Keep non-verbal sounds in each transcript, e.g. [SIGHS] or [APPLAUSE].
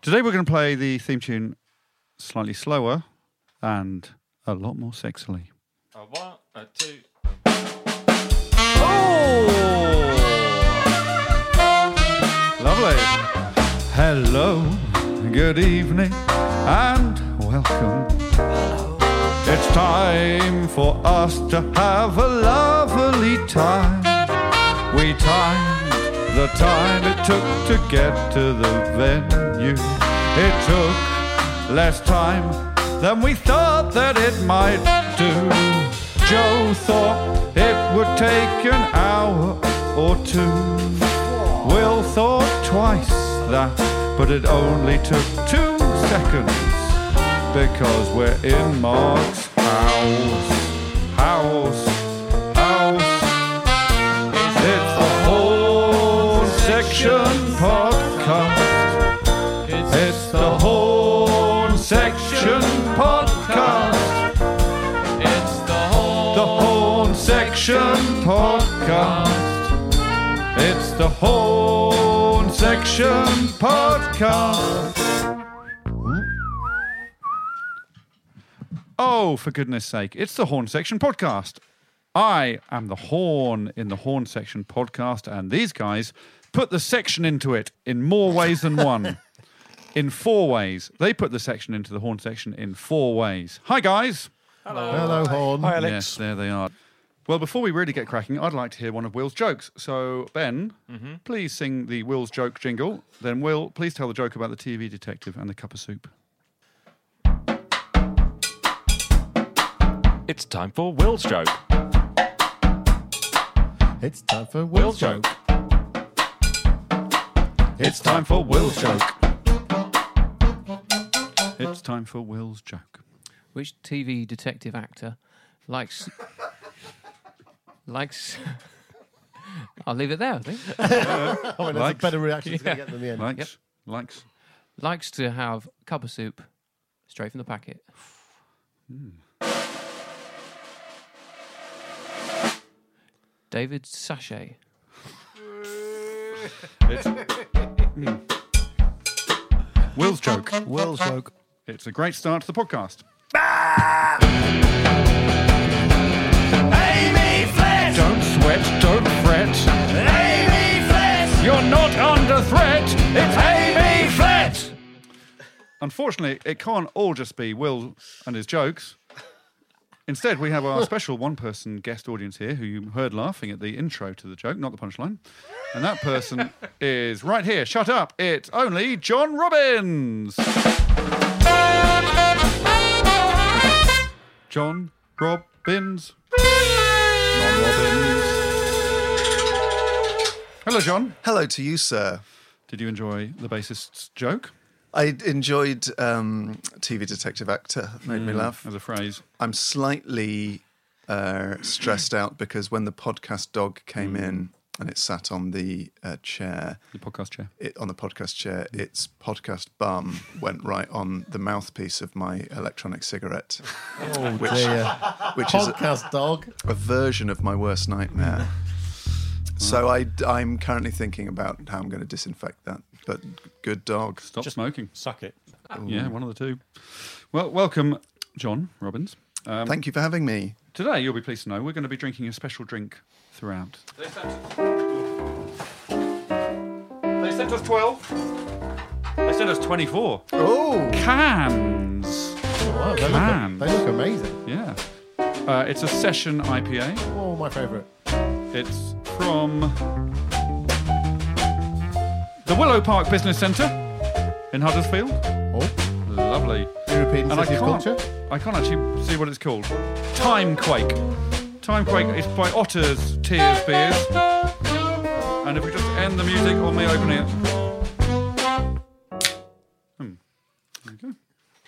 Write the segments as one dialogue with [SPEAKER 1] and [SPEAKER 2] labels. [SPEAKER 1] Today we're going to play the theme tune slightly slower and a lot more sexily.
[SPEAKER 2] A one, a two.
[SPEAKER 1] Lovely. Hello, good evening, and welcome. It's time for us to have a lovely time. We timed the time it took to get to the venue. It took less time than we thought that it might do. Joe thought it would take an hour or two. Will thought twice that, but it only took two seconds because we're in Mark's house. House, house. It's the whole section podcast. It's the whole section podcast.
[SPEAKER 2] It's the whole.
[SPEAKER 1] The whole section podcast. It's the Horn Section Podcast. Oh, for goodness sake, it's the Horn Section Podcast. I am the horn in the Horn Section Podcast, and these guys put the section into it in more ways than one. in four ways. They put the section into the Horn Section in four ways. Hi, guys.
[SPEAKER 3] Hello, Horn.
[SPEAKER 4] Hi, Alex.
[SPEAKER 1] Yes, there they are. Well, before we really get cracking, I'd like to hear one of Will's jokes. So, Ben, please sing the Will's joke jingle. Then, Will, please tell the joke about the TV detective and the cup of soup.
[SPEAKER 2] It's time for Will's joke.
[SPEAKER 3] It's time for Will's joke.
[SPEAKER 1] It's time for Will's joke. It's time for Will's joke.
[SPEAKER 5] which TV detective actor likes likes. I'll leave it there. I think
[SPEAKER 3] Oh, and that's a
[SPEAKER 1] Likes.
[SPEAKER 3] better reaction to get than the
[SPEAKER 1] [LAUGHS]
[SPEAKER 3] end.
[SPEAKER 1] Likes, likes.
[SPEAKER 5] likes to have cup of soup straight from the packet. David Sachet.
[SPEAKER 1] Will's joke.
[SPEAKER 4] Will's joke.
[SPEAKER 1] It's a great start to the podcast. Don't sweat, don't fret. You're not under threat. It's Amy Flat. Unfortunately, it can't all just be Will and his jokes. Instead, we have our special one person guest audience here who you heard laughing at the intro to the joke, not the punchline. And that person is right here. Shut up. It's only John Robbins. John Robbins. John Robbins. Hello, John.
[SPEAKER 4] Hello to you, sir.
[SPEAKER 1] Did you enjoy the bassist's joke
[SPEAKER 4] I enjoyed um, TV detective actor. Made me laugh.
[SPEAKER 1] as a phrase?
[SPEAKER 4] I'm slightly uh, stressed out because when the podcast dog came in and it sat on the uh, chair,
[SPEAKER 1] The podcast chair.
[SPEAKER 4] it, on the podcast chair, its podcast bum went right on the mouthpiece of my electronic cigarette, which, which
[SPEAKER 6] [LAUGHS]
[SPEAKER 4] is a,
[SPEAKER 3] uh, Podcast dog.
[SPEAKER 4] a version of my worst nightmare. So I, I'm currently thinking about how I'm going to disinfect that. But good dog.
[SPEAKER 1] Stop smoking.
[SPEAKER 3] Suck it.
[SPEAKER 1] Yeah, one of the two. Well, welcome, John Robbins.
[SPEAKER 4] Thank you for having me.
[SPEAKER 1] Today, you'll be pleased to know we're going to be drinking a special drink throughout. They sent us, they sent us 12. They sent us 24.
[SPEAKER 4] Oh,
[SPEAKER 1] Cans.
[SPEAKER 3] Wow, they,
[SPEAKER 1] Cans.
[SPEAKER 3] look, they look amazing.
[SPEAKER 1] Yeah. Uh, it's a session IPA.
[SPEAKER 3] Oh, my favourite.
[SPEAKER 1] It's from the Willow Park Business Centre in Huddersfield.
[SPEAKER 3] Oh,
[SPEAKER 1] Lovely.
[SPEAKER 3] European
[SPEAKER 1] And I
[SPEAKER 3] city of
[SPEAKER 1] can't,
[SPEAKER 3] culture.
[SPEAKER 1] I can't actually see what it's called. Timequake. Timequake is by Otter's Tears Beers. And if we just end the music on me opening it. Hmm. There you go. Hmm.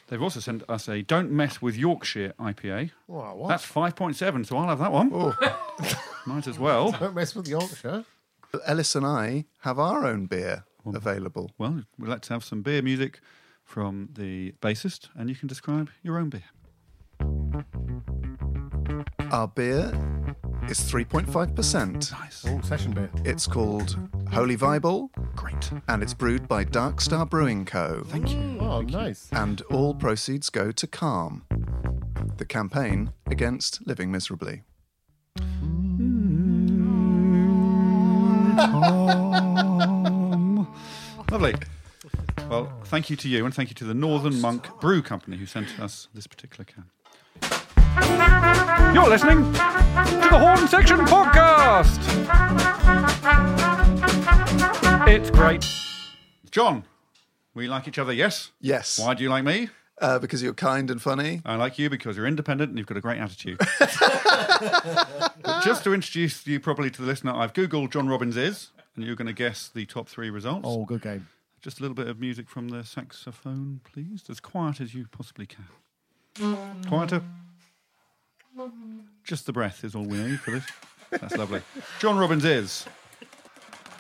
[SPEAKER 1] They've also sent us a Don't Mess with Yorkshire IPA.
[SPEAKER 3] Wow, Oh, what?
[SPEAKER 1] That's 5.7, so I'll have that one.
[SPEAKER 4] Oh.
[SPEAKER 1] Might as well.
[SPEAKER 3] Don't mess with Yorkshire.
[SPEAKER 4] Ellis and I have our own beer
[SPEAKER 1] Mm-hmm.
[SPEAKER 4] available.
[SPEAKER 1] Well, we'd like to have some beer music from the bassist, and you can describe your own beer.
[SPEAKER 4] Our beer is 3.5%.
[SPEAKER 1] Nice.
[SPEAKER 3] Oh, session beer.
[SPEAKER 4] It's called Holy Bible
[SPEAKER 1] Great.
[SPEAKER 4] and it's brewed by Dark Star Brewing Co. Thank you.
[SPEAKER 3] Oh, nice.
[SPEAKER 4] And all proceeds go to Calm, the campaign against living miserably.
[SPEAKER 1] Lovely. Well, thank you to you, and thank you to the Northern Monk Brew Company who sent us this particular can. You're listening to the Horn Section Podcast. It's great. John, we like each other, yes?
[SPEAKER 4] Yes.
[SPEAKER 1] Why do you like me?
[SPEAKER 4] Uh, because you're kind and funny.
[SPEAKER 1] I like you because you're independent and you've got a great attitude. but just to introduce you properly to the listener, I've Googled John Robbins is, and you're going to guess the top three results.
[SPEAKER 3] Oh, good game.
[SPEAKER 1] Just a little bit of music from the saxophone, please. As quiet as you possibly can. Quieter. Just the breath is all we need for this. That's lovely. John Robbins is.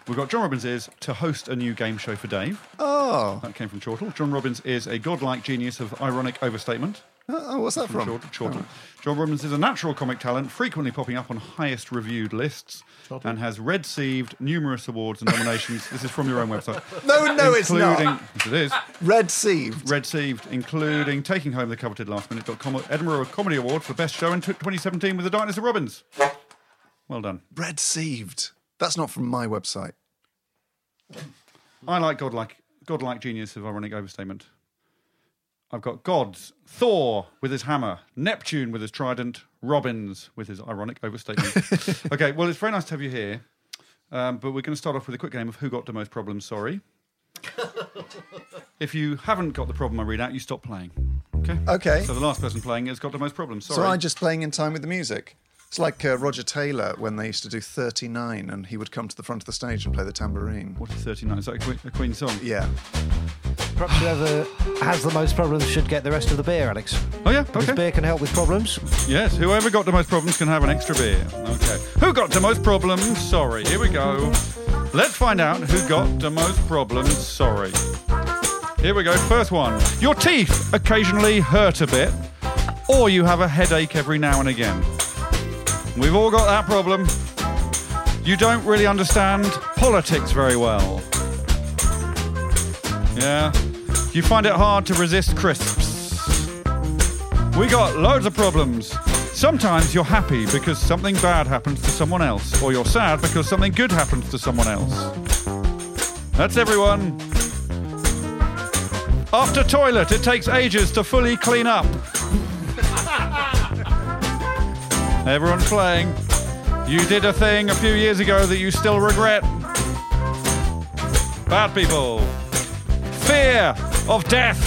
[SPEAKER 1] We've got John Robbins is to host a new game show for Dave.
[SPEAKER 4] Oh,
[SPEAKER 1] That came from Chortle. John Robbins is a godlike genius of ironic overstatement.
[SPEAKER 4] oh what's that
[SPEAKER 1] From
[SPEAKER 4] from?
[SPEAKER 1] Chortle. Chortle. John Robbins is a natural comic talent, frequently popping up on highest reviewed lists, and has received numerous awards and nominations. this is from your own website.
[SPEAKER 4] No, no, it's
[SPEAKER 1] including,
[SPEAKER 4] not.
[SPEAKER 1] Yes, it is.
[SPEAKER 4] Red Sieved.
[SPEAKER 1] Received, including taking home the coveted Last Minute .com Edinburgh Comedy Award for Best Show in tw 2017 with The Darkness of Robbins. Well done.
[SPEAKER 4] Red Sieved. That's not from my website.
[SPEAKER 1] I like godlike, godlike genius of ironic overstatement. I've got gods, Thor with his hammer, Neptune with his trident, Robbins with his ironic
[SPEAKER 4] [LAUGHS]
[SPEAKER 1] overstatement. okay, well, it's very nice to have you here, um, but we're going to start off with a quick game of who got the most
[SPEAKER 4] [LAUGHS]
[SPEAKER 1] problems. Sorry. if you haven't got the problem I read out, you stop playing. Okay.
[SPEAKER 4] Okay.
[SPEAKER 1] So the last person playing has got the most problems. Sorry.
[SPEAKER 4] So I'm just playing in time with the music. It's like uh, Roger Taylor when they used to do 39 and he would come to the front of the stage and play the tambourine.
[SPEAKER 1] What is 39? Is that a Queen, a Queen song?
[SPEAKER 4] Yeah.
[SPEAKER 7] Perhaps whoever has the most problems should get the rest of the beer, Alex.
[SPEAKER 1] Oh, yeah.
[SPEAKER 7] Because
[SPEAKER 1] Okay.
[SPEAKER 7] beer can help with problems.
[SPEAKER 1] Yes, whoever got the most problems can have an extra beer. Okay. Who got the most problems? Sorry. Here we go. Let's find out who got the most problems. Sorry. Here we go. First one. Your teeth occasionally hurt a bit, or you have a headache every now and again. We've all got that problem. You don't really understand politics very well. Yeah. You find it hard to resist crisps. We got loads of problems. Sometimes you're happy because something bad happens to someone else, or you're sad because something good happens to someone else. That's everyone. After toilet, it takes ages to fully clean up. [LAUGHS] Everyone's playing. You did a thing a few years ago that you still regret. Bad people. Fear of death.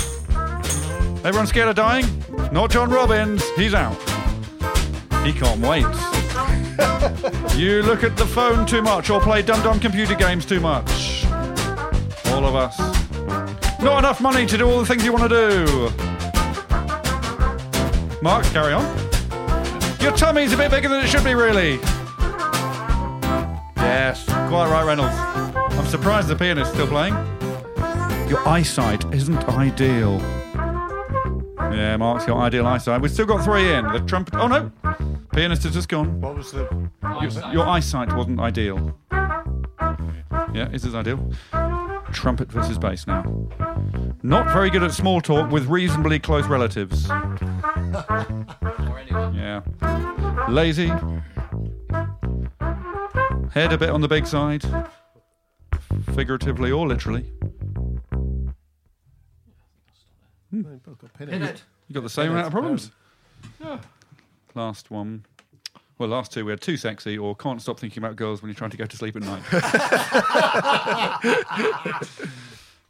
[SPEAKER 1] Everyone scared of dying? Not John Robbins. He's out. He can't wait. you look at the phone too much or play dum dum computer games too much. All of us. Not enough money to do all the things you want to do. Mark, carry on. Your tummy's a bit bigger than it should be, really. Yes, quite right, Reynolds. I'm surprised the pianist's still playing. Your eyesight isn't ideal. Yeah, Mark's got ideal eyesight. We've still got three in. The trumpet. Oh no, pianist has just gone.
[SPEAKER 3] What was the.
[SPEAKER 1] Your eyesight wasn't ideal. Yeah, is this ideal? Trumpet versus bass now. Not very good at small talk with reasonably
[SPEAKER 3] [LAUGHS]
[SPEAKER 1] close relatives. Yeah. Lazy. Head a bit on the big side. Figuratively or literally. You got the same amount of problems. Yeah. Last one. Well, last two we had too sexy or can't stop thinking about girls when you're trying to go to sleep at night.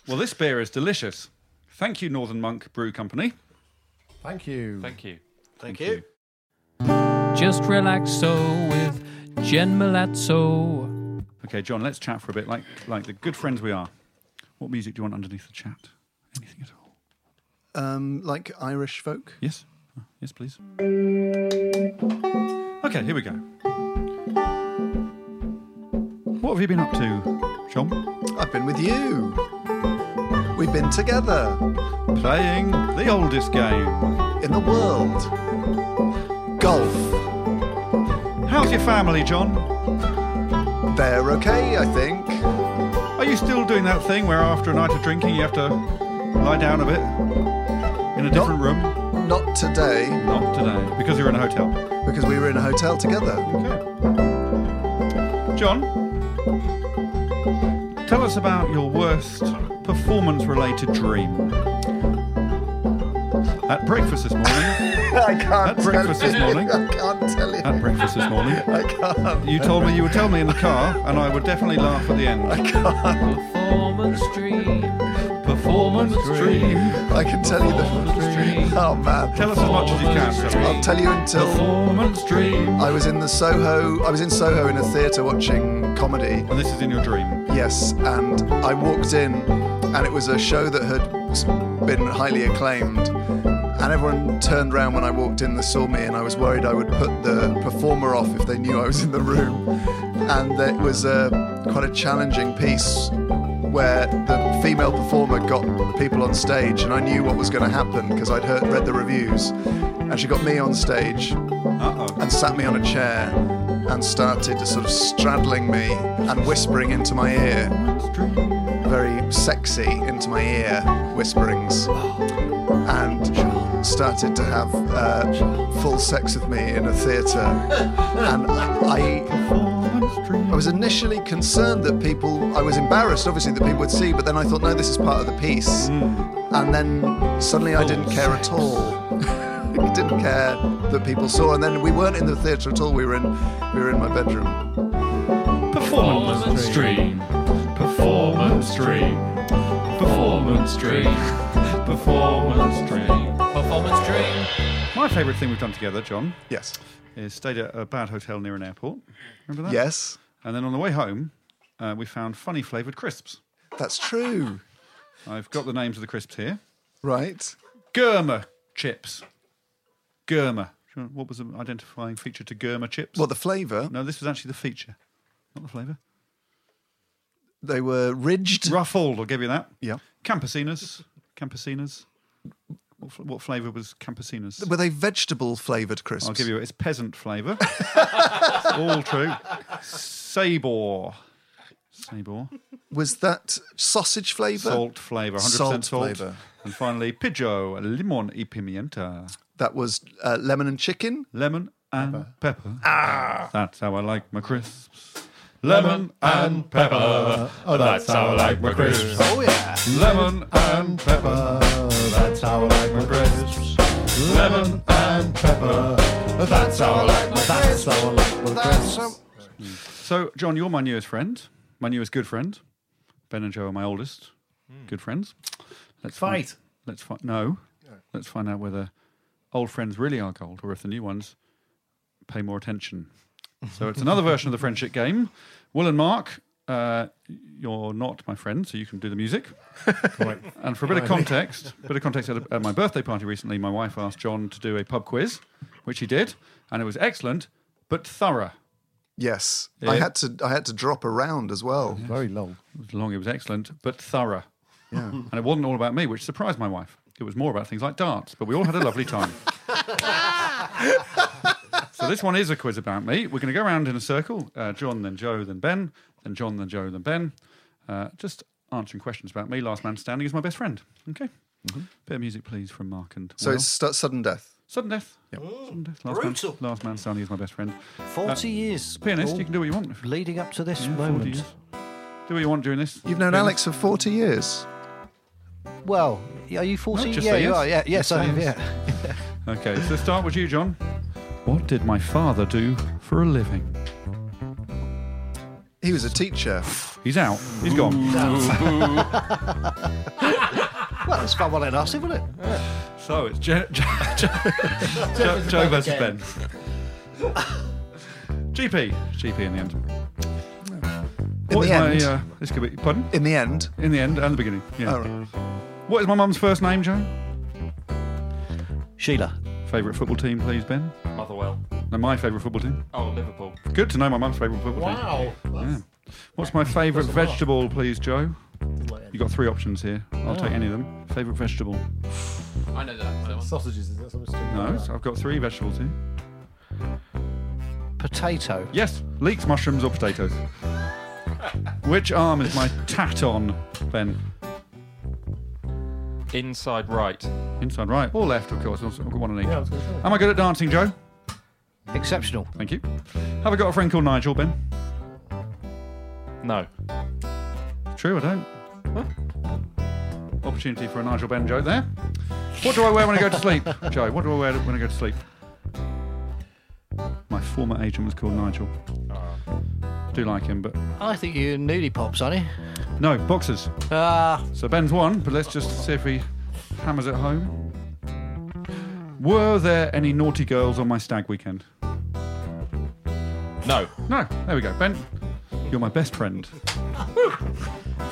[SPEAKER 1] well, this beer is delicious. Thank you, Northern Monk Brew Company.
[SPEAKER 3] Thank you.
[SPEAKER 2] Thank you.
[SPEAKER 7] Thank,
[SPEAKER 1] you. you.
[SPEAKER 5] Just relax so with Jen Malazzo.
[SPEAKER 1] Okay, John, let's chat for a bit, like like the good friends we are. What music do you want underneath the chat? Anything at all?
[SPEAKER 4] Um, like Irish folk.
[SPEAKER 1] Yes, Uh, yes, please. Okay, here we go. What have you been up to, John?
[SPEAKER 4] I've been with you. We've been together
[SPEAKER 1] Playing the oldest game.
[SPEAKER 4] in the world. Golf.
[SPEAKER 1] How's your family, John?
[SPEAKER 4] They're okay, I think.
[SPEAKER 1] Are you still doing that thing where after a night of drinking you have to lie down a bit in a different room?
[SPEAKER 4] Not today,
[SPEAKER 1] Not today, because you're in a hotel.
[SPEAKER 4] because we were in a hotel together.
[SPEAKER 1] Okay. John, tell us about your worst performance-related dream. At breakfast this
[SPEAKER 4] [LAUGHS]
[SPEAKER 1] morning,
[SPEAKER 4] [LAUGHS] I can't
[SPEAKER 1] At breakfast
[SPEAKER 4] tell
[SPEAKER 1] this
[SPEAKER 4] you.
[SPEAKER 1] morning.
[SPEAKER 4] I can't tell you.
[SPEAKER 1] at breakfast this morning,
[SPEAKER 4] I can't.
[SPEAKER 1] you told me you would tell me in the car, and I would definitely laugh at the end.
[SPEAKER 5] Performance dream.
[SPEAKER 2] Performance dream.
[SPEAKER 4] I can tell you the. [LAUGHS] Oh man.
[SPEAKER 1] Tell us as much as you can. John.
[SPEAKER 4] I'll tell you until
[SPEAKER 2] Performance dream.
[SPEAKER 4] I was in the Soho. I was in Soho in a theatre watching comedy.
[SPEAKER 1] And this is in your dream.
[SPEAKER 4] Yes, and I walked in, and it was a show that had s- been highly acclaimed. And everyone turned round when I walked in, they saw me, and I was worried I would put the performer off if they knew I was in the room. And it was a, quite a challenging piece where the female performer got people on stage, and I knew what was going to happen because I'd heard, read the reviews. And she got me on stage,
[SPEAKER 1] Uh-oh.
[SPEAKER 4] and sat me on a chair and started sort of straddling me and whispering into my ear. Very sexy into my ear whisperings. And started to have uh, full sex with me in a theatre. And I. I was initially concerned that people, I was embarrassed obviously that people would see, but then I thought, no, this is part of the piece. And then suddenly I didn't care at all. I didn't care that people saw. And then we weren't in the theatre at all. We were in, we were in my bedroom.
[SPEAKER 2] Performance dream. Performance dream. Performance dream. Performance dream.
[SPEAKER 5] Performance dream.
[SPEAKER 1] My favourite thing we've done together, John,
[SPEAKER 4] Yes.
[SPEAKER 1] is stayed at a bad hotel near an airport. Remember that?
[SPEAKER 4] Yes.
[SPEAKER 1] And then on the way home, uh, we found funny flavoured crisps.
[SPEAKER 4] That's true.
[SPEAKER 1] I've got the names of the crisps here.
[SPEAKER 4] Right.
[SPEAKER 1] Gurma chips. Gurma. Do you know What was the identifying feature to Gurma chips?
[SPEAKER 4] Well, the flavour,
[SPEAKER 1] no, this was actually the feature, not the flavour.
[SPEAKER 4] they were ridged.
[SPEAKER 1] Ruffled, I'll give you that.
[SPEAKER 4] Yeah.
[SPEAKER 1] Campesinas. Campesinas. What, fl- what flavour was campesinas?
[SPEAKER 4] Were they vegetable flavoured crisps?
[SPEAKER 1] I'll give you it. It's
[SPEAKER 2] [LAUGHS]
[SPEAKER 1] peasant flavour. All true. Sabor. Sabor.
[SPEAKER 4] Was that sausage flavour?
[SPEAKER 1] Salt flavour. 100% salt.
[SPEAKER 4] Salt flavour.
[SPEAKER 1] And finally, pijo, limon y pimienta.
[SPEAKER 4] That was uh, lemon and chicken.
[SPEAKER 1] Lemon and pepper. Ah! That's how I like my crisps. Lemon and pepper.
[SPEAKER 3] Oh,
[SPEAKER 2] That's how I like my crisps.
[SPEAKER 4] Oh, yeah.
[SPEAKER 2] Lemon and pepper.
[SPEAKER 3] That's how I like my crisps.
[SPEAKER 2] Lemon
[SPEAKER 3] and pepper. That's how I like my That's how I like my crisps.
[SPEAKER 1] So, John, you're my newest friend. My newest good friend. Ben and Joe are my oldest good friends. Let's find-
[SPEAKER 3] Hmm. Fight.
[SPEAKER 1] let's find. No. Let's find out whether old friends really are gold or if the new ones pay
[SPEAKER 3] [LAUGHS]
[SPEAKER 1] more attention. So it's another version of the friendship game. Will and Mark, uh, you're not my friend, so you can do the music. [LAUGHS] And for a bit of context, bit of context at, a, at my birthday party recently, my wife asked John to do a pub quiz, which he did, and it was excellent but thorough.
[SPEAKER 4] Yes. I
[SPEAKER 1] Yeah.
[SPEAKER 4] had to. I had to drop around as well.
[SPEAKER 3] Very long.
[SPEAKER 1] It was long, it was excellent but thorough. And it wasn't all about me, which surprised my wife. It was more about things like darts, but we all had a lovely time. so this one is a quiz about me. We're going to go around in a circle uh, John, then Joe, then Ben, then John, then Joe, then Ben. Uh, just answering questions about me. Last man standing is my best friend. Okay. Bit of music, please, from Mark and.
[SPEAKER 4] So
[SPEAKER 1] Will.
[SPEAKER 4] it's stu- sudden death.
[SPEAKER 1] sudden death. Yeah.
[SPEAKER 4] Mm.
[SPEAKER 1] Sudden death. Last
[SPEAKER 6] brutal.
[SPEAKER 1] Man, last man standing is my best friend.
[SPEAKER 7] 40 years.
[SPEAKER 1] Uh, Pianist,
[SPEAKER 7] all
[SPEAKER 1] you can do what you want. if-
[SPEAKER 7] Leading up to this
[SPEAKER 1] 40
[SPEAKER 7] moment.
[SPEAKER 1] years. Do what you want during this.
[SPEAKER 4] You've known
[SPEAKER 1] Pianist.
[SPEAKER 4] Alex for forty years.
[SPEAKER 7] Well, are you 40?
[SPEAKER 1] No, just
[SPEAKER 7] yeah,
[SPEAKER 1] say
[SPEAKER 7] you
[SPEAKER 1] yes.
[SPEAKER 7] are. Yeah, yes,
[SPEAKER 1] Just
[SPEAKER 7] I
[SPEAKER 1] say
[SPEAKER 7] am.
[SPEAKER 1] yes.
[SPEAKER 7] Yeah.
[SPEAKER 1] Okay, so start with you, John. What did my father do for a living?
[SPEAKER 4] He was a teacher.
[SPEAKER 1] He's out. He's gone.
[SPEAKER 7] Well, that's fun one and us, isn't it?
[SPEAKER 1] So it's Je- Je- Je- Jo- Joe versus Ben. GP. GP in the end.
[SPEAKER 4] In
[SPEAKER 1] What
[SPEAKER 4] the
[SPEAKER 1] is my,
[SPEAKER 4] end,
[SPEAKER 1] uh, this could be pardon.
[SPEAKER 4] in the end,
[SPEAKER 1] In the end and the beginning. Yeah.
[SPEAKER 4] oh, right.
[SPEAKER 1] What is my mum's first name, Joe?
[SPEAKER 7] Sheila.
[SPEAKER 1] Favourite football team, please, Ben.
[SPEAKER 2] Motherwell.
[SPEAKER 1] No, my favourite football team.
[SPEAKER 2] Oh, Liverpool.
[SPEAKER 1] Good to know my mum's favourite football team.
[SPEAKER 6] Wow. That's
[SPEAKER 1] What's my favourite
[SPEAKER 6] That's a lot.
[SPEAKER 1] vegetable, please, Joe?
[SPEAKER 6] like
[SPEAKER 1] You got three options here. I'll take
[SPEAKER 6] Oh.
[SPEAKER 1] any of them. Favourite vegetable?
[SPEAKER 5] I know that. that one.
[SPEAKER 6] sausages, is that something stupid?
[SPEAKER 1] No,
[SPEAKER 6] like
[SPEAKER 1] it's- I've got three vegetables here.
[SPEAKER 7] Potato.
[SPEAKER 1] Yes, leeks, mushrooms, or potatoes.
[SPEAKER 6] [LAUGHS]
[SPEAKER 1] Which arm is my tat on, Ben?
[SPEAKER 2] Inside right.
[SPEAKER 1] Inside right or left, of course. I've got one on each.
[SPEAKER 6] that? Yeah, I was going to say.
[SPEAKER 1] Am I good at dancing, Joe?
[SPEAKER 7] Exceptional.
[SPEAKER 1] Thank you. Have I got a friend called Nigel, Ben?
[SPEAKER 2] No.
[SPEAKER 1] True, I don't. Opportunity for a Nigel Ben joke there. What do I wear when I go to sleep, Joe? What do I wear when I go to sleep? My former agent was called Nigel. Do like him, but
[SPEAKER 6] I think you're nudie pops, aren't you?
[SPEAKER 1] no boxers.
[SPEAKER 6] Ah,
[SPEAKER 1] So Ben's won, but let's just see if he hammers it home. Were there any naughty girls on my stag weekend?
[SPEAKER 2] No.
[SPEAKER 1] No. There we go, Ben. You're my best friend.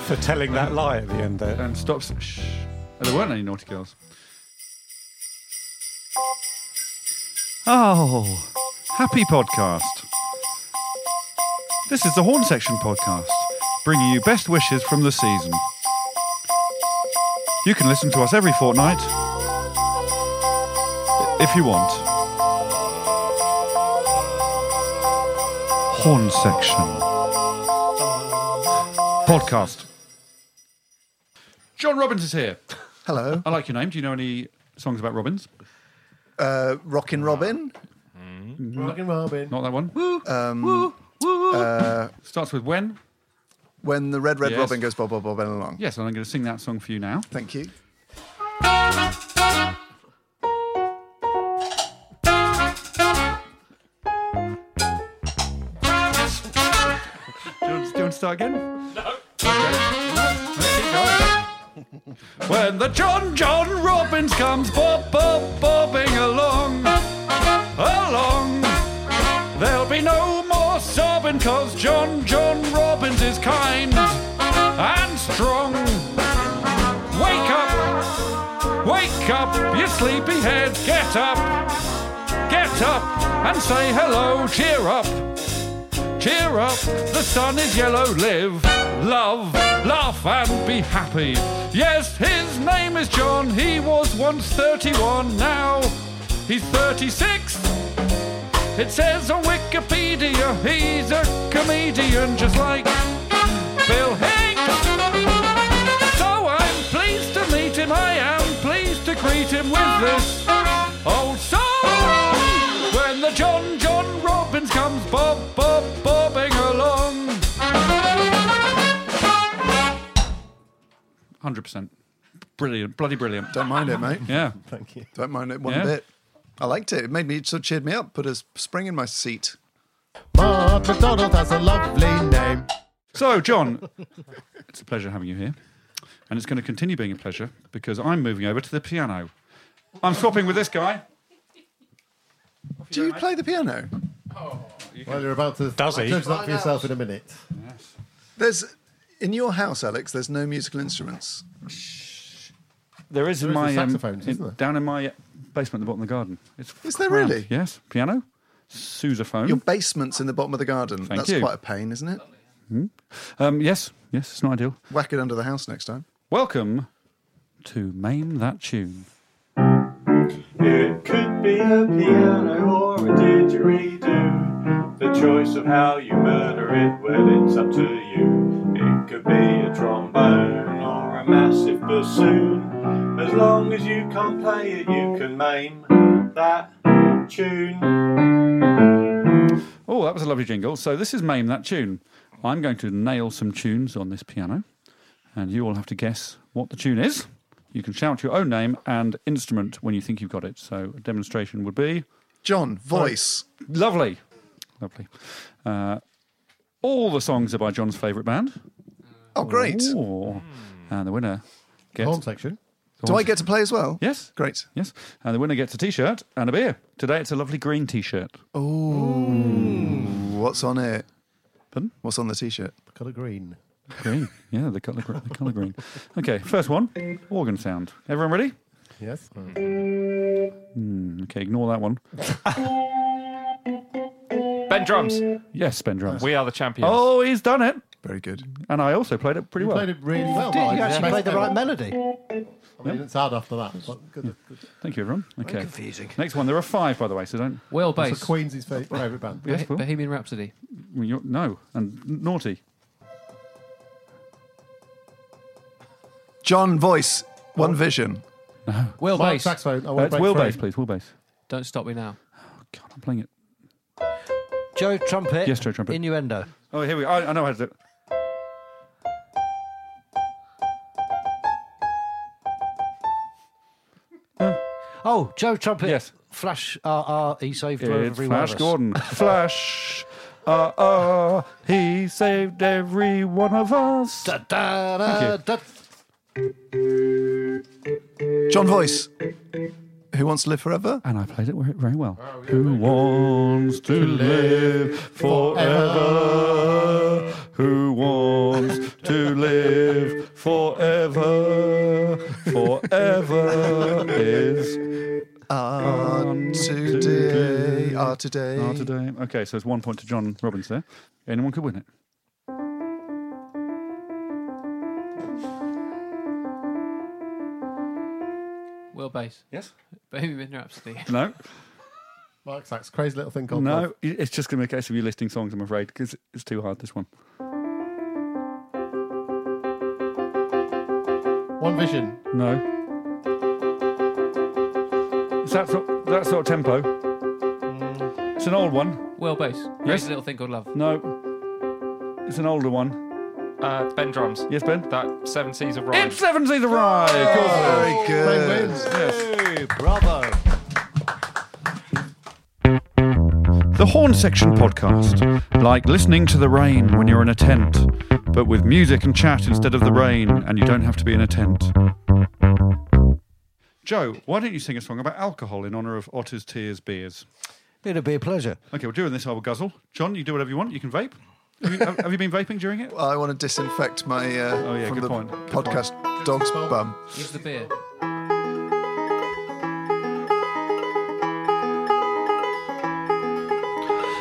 [SPEAKER 8] For telling that lie at the end there.
[SPEAKER 1] and stops. Shh. Oh, there weren't any naughty girls. Oh, happy podcast. This is the Horn Section podcast, bringing you best wishes from the season. You can listen to us every fortnight i- if you want. Horn Section podcast. John Robbins is here.
[SPEAKER 4] hello,
[SPEAKER 1] I like your name. Do you know any songs about Robbins?
[SPEAKER 4] uh, Rockin' Robin.
[SPEAKER 6] Rockin' Robin.
[SPEAKER 1] Not that one. Woo, woo, woo. Starts with when.
[SPEAKER 4] When the red, red
[SPEAKER 1] Yes.
[SPEAKER 4] robin goes bob, bob, bob, and along.
[SPEAKER 1] Yes, and I'm going to sing that song for you now.
[SPEAKER 4] Thank you.
[SPEAKER 1] Do you want, do you want to start again? No. Let's keep going. [LAUGHS] when the John John Robbins comes bob bob bobbing along, along, there'll be no more sobbing 'cause John John Robbins is kind and strong. Wake up, wake up, you sleepy head, get up, get up and say hello, cheer up. Cheer up, the sun is yellow. Live, love, laugh, and be happy. Yes, his name is John. He was once 31, now he's 36. It says on Wikipedia he's a comedian just like Bill Hicks. So I'm pleased to meet him. I am pleased to greet him with this old song. When the John John Robbins comes bob bob bobbing along. 100%. Brilliant. Bloody brilliant.
[SPEAKER 4] Don't mind it,
[SPEAKER 1] [LAUGHS]
[SPEAKER 4] mate.
[SPEAKER 1] Yeah.
[SPEAKER 6] Thank you.
[SPEAKER 4] Don't mind it one
[SPEAKER 1] Yeah.
[SPEAKER 4] bit. I liked it. It made me it sort of cheered me up. Put a s- spring in my seat.
[SPEAKER 6] Mark McDonald has a lovely name.
[SPEAKER 1] So, John, [LAUGHS] it's a pleasure having you here. And it's going to continue being a pleasure because I'm moving over to the piano. I'm swapping with this guy.
[SPEAKER 4] Do you play the piano?
[SPEAKER 6] Well, you're about to
[SPEAKER 8] Does he?
[SPEAKER 6] judge that for yourself in a minute.
[SPEAKER 4] There's in your house, Alex. There's no musical instruments.
[SPEAKER 1] There is in
[SPEAKER 6] There
[SPEAKER 1] my um,
[SPEAKER 6] is a saxophone,
[SPEAKER 1] in-
[SPEAKER 6] isn't there?
[SPEAKER 1] down in my basement at the bottom of the garden. It's
[SPEAKER 4] Is there
[SPEAKER 1] crammed.
[SPEAKER 4] really?
[SPEAKER 1] Yes, piano, sousaphone.
[SPEAKER 4] Your basement's in the bottom of the garden.
[SPEAKER 1] Thank
[SPEAKER 4] That's
[SPEAKER 1] you.
[SPEAKER 4] quite a pain, isn't it?
[SPEAKER 1] Um, yes, yes, it's not ideal.
[SPEAKER 4] Whack it under the house next time.
[SPEAKER 1] Welcome to Maim That Tune.
[SPEAKER 2] It could be a piano or a didgeridoo. The choice of how you murder it, well, it's up to you. It could be a trombone or a massive bassoon. As long as you can't play it, you can maim that tune.
[SPEAKER 1] Oh, that was a lovely jingle. So this is Maim That Tune. I'm going to nail some tunes on this piano, and you all have to guess what the tune is. You can shout your own name and instrument when you think you've got it. So a demonstration would be
[SPEAKER 4] John, voice.
[SPEAKER 1] lovely, lovely. Uh, all the songs are by John's favourite band.
[SPEAKER 4] Oh, great.
[SPEAKER 1] Ooh. And the winner gets
[SPEAKER 6] Horn section.
[SPEAKER 4] Do I get to play as well?
[SPEAKER 1] yes,
[SPEAKER 4] Great.
[SPEAKER 1] yes. And the winner gets a T-shirt and a beer. Today it's a lovely green T-shirt.
[SPEAKER 4] What's on it?
[SPEAKER 1] Pardon?
[SPEAKER 4] What's on the t-shirt?
[SPEAKER 7] Colour green.
[SPEAKER 1] Green. Yeah, the colour, gr- the colour green. Okay, first one organ sound. Everyone ready?
[SPEAKER 7] Yes.
[SPEAKER 1] Hmm, okay, ignore that one.
[SPEAKER 9] Ben drums.
[SPEAKER 1] Yes, spin drums.
[SPEAKER 9] We are the champions.
[SPEAKER 1] Oh, he's done it.
[SPEAKER 4] Very good.
[SPEAKER 1] And I also played it pretty
[SPEAKER 6] You
[SPEAKER 1] well.
[SPEAKER 6] played it really well.
[SPEAKER 7] Did you
[SPEAKER 6] Mark.
[SPEAKER 7] actually
[SPEAKER 6] Best
[SPEAKER 7] play the
[SPEAKER 6] ever.
[SPEAKER 7] right melody?
[SPEAKER 6] I mean, it didn't sound after that. but good.
[SPEAKER 1] Thank you, everyone. Okay. Confusing. Next one. There are five, by the way, so don't.
[SPEAKER 5] Well
[SPEAKER 6] So
[SPEAKER 5] bass.
[SPEAKER 6] Queen's his fa- favourite band.
[SPEAKER 1] Yes, Paul?
[SPEAKER 5] Bohemian Rhapsody.
[SPEAKER 1] Well, you're- no. And naughty.
[SPEAKER 4] John Voice, One Vision.
[SPEAKER 5] Well
[SPEAKER 6] Mark
[SPEAKER 5] bass.
[SPEAKER 6] saxophone. I
[SPEAKER 1] Uh,
[SPEAKER 6] want
[SPEAKER 1] it's
[SPEAKER 6] to
[SPEAKER 1] wheelbase, please. Wheelbase.
[SPEAKER 5] Don't stop me now.
[SPEAKER 1] God, I'm playing it.
[SPEAKER 7] Joe Trumpet.
[SPEAKER 1] Yes, Joe Trumpet.
[SPEAKER 7] Innuendo.
[SPEAKER 1] Oh, here we are. I, I know how to do it.
[SPEAKER 7] Oh, Joe Trumpet.
[SPEAKER 1] Yes.
[SPEAKER 7] Flash RR. He saved
[SPEAKER 1] It's
[SPEAKER 7] every one
[SPEAKER 1] Flash
[SPEAKER 7] of us.
[SPEAKER 1] Gordon. Flash. Uh, uh, he saved every one of us.
[SPEAKER 7] Da, da, da,
[SPEAKER 1] Thank
[SPEAKER 7] da.
[SPEAKER 4] John Voice. Who wants to live forever?
[SPEAKER 1] And I played it very very well. Who wants to live forever? Who wants to live forever? Forever is
[SPEAKER 4] Ah, today. Ah, today.
[SPEAKER 1] our today. Okay, so it's one point to John Robbins there. Anyone could win it.
[SPEAKER 5] Well bass. [LAUGHS]
[SPEAKER 1] Yes?
[SPEAKER 5] Bohemian Rhapsody.
[SPEAKER 1] No?
[SPEAKER 6] Mark Sachs, crazy little thing called
[SPEAKER 1] No,
[SPEAKER 6] Love.
[SPEAKER 1] it's just going to be a case of you listing songs, I'm afraid, because it's too hard, this one.
[SPEAKER 6] One Vision.
[SPEAKER 1] No. It's that sort, that sort of tempo. It's an old one.
[SPEAKER 5] Well bass.
[SPEAKER 1] Yes.
[SPEAKER 5] Crazy little thing called love.
[SPEAKER 1] No. It's an older one.
[SPEAKER 9] Uh, ben drums.
[SPEAKER 1] Yes, Ben?
[SPEAKER 9] That Seven Seas of Rhyme.
[SPEAKER 1] It's Seven Seas of Rye! Of course it is.
[SPEAKER 4] Very good.
[SPEAKER 7] Hey, bravo.
[SPEAKER 1] The Horn Section podcast, like listening to the rain when you're in a tent, but with music and chat instead of the rain, and you don't have to be in a tent. Joe, why don't you sing a song about alcohol in honour of Otter's Tears Beers?
[SPEAKER 7] It'd be a pleasure.
[SPEAKER 1] Okay, we're doing this. I will guzzle. John, you do whatever you want. You can vape. Have you, have, have you been vaping during it?
[SPEAKER 4] I want to disinfect my uh,
[SPEAKER 1] Oh, yeah,
[SPEAKER 4] from
[SPEAKER 1] good
[SPEAKER 4] the
[SPEAKER 1] point. Good
[SPEAKER 4] podcast dog's bum.
[SPEAKER 5] Use the beer.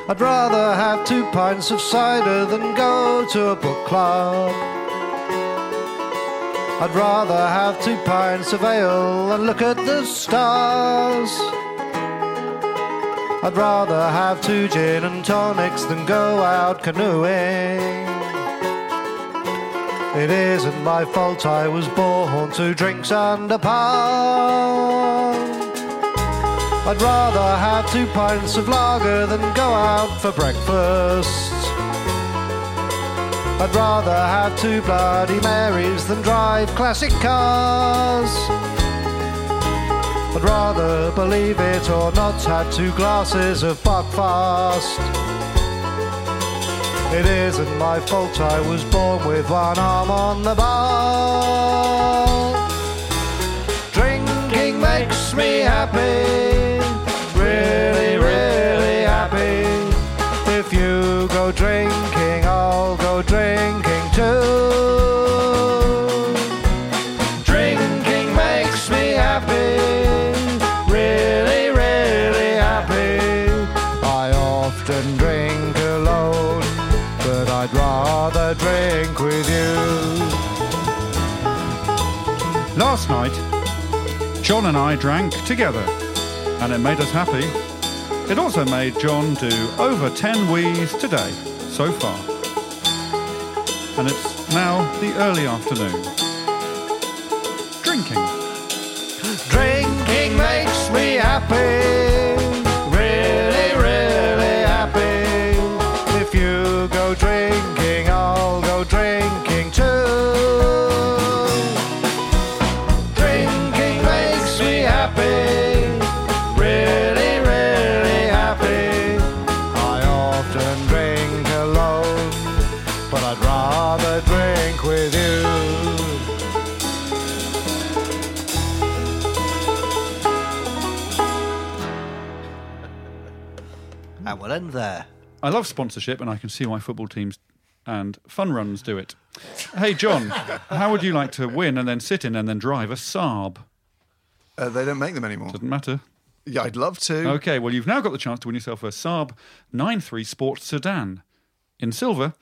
[SPEAKER 7] I'd rather have two pints of cider than go to a book club. I'd rather have two pints of ale and look at the stars. I'd rather have two gin and tonics than go out canoeing. It isn't my fault I was born to drinks and a pound. I'd rather have two pints of lager than go out for breakfast. I'd rather have two Bloody Marys than drive classic cars. I'd rather believe it or not have two glasses of Buckfast. It isn't my fault I was born with one arm on the bar. Drinking makes me happy, really, really happy. If you go drinking, I'll go drinking too. Drinking makes me happy, really, really happy. I often drink alone, but I'd rather drink with you.
[SPEAKER 1] Last night, John and I drank together, and it made us happy. It also made John do over 10 wheeze today, so far. And it's now the early afternoon. Drinking.
[SPEAKER 7] Drinking makes me happy. Really, really happy. If you go drinking, I'll go drinking too. Drinking makes me happy. Really, really happy. I often drink alone, but I'd rather drink with you. And Ah, we'll end there.
[SPEAKER 1] I love sponsorship, and I can see why football teams and fun runs do it. Hey, John, how would you like to win and then sit in and then drive a Saab?
[SPEAKER 4] Uh, they don't make them anymore.
[SPEAKER 1] Doesn't matter.
[SPEAKER 4] Yeah, I'd love to.
[SPEAKER 1] [LAUGHS] Okay, well, you've now got the chance to win yourself a Saab 93 Sport Sedan in silver.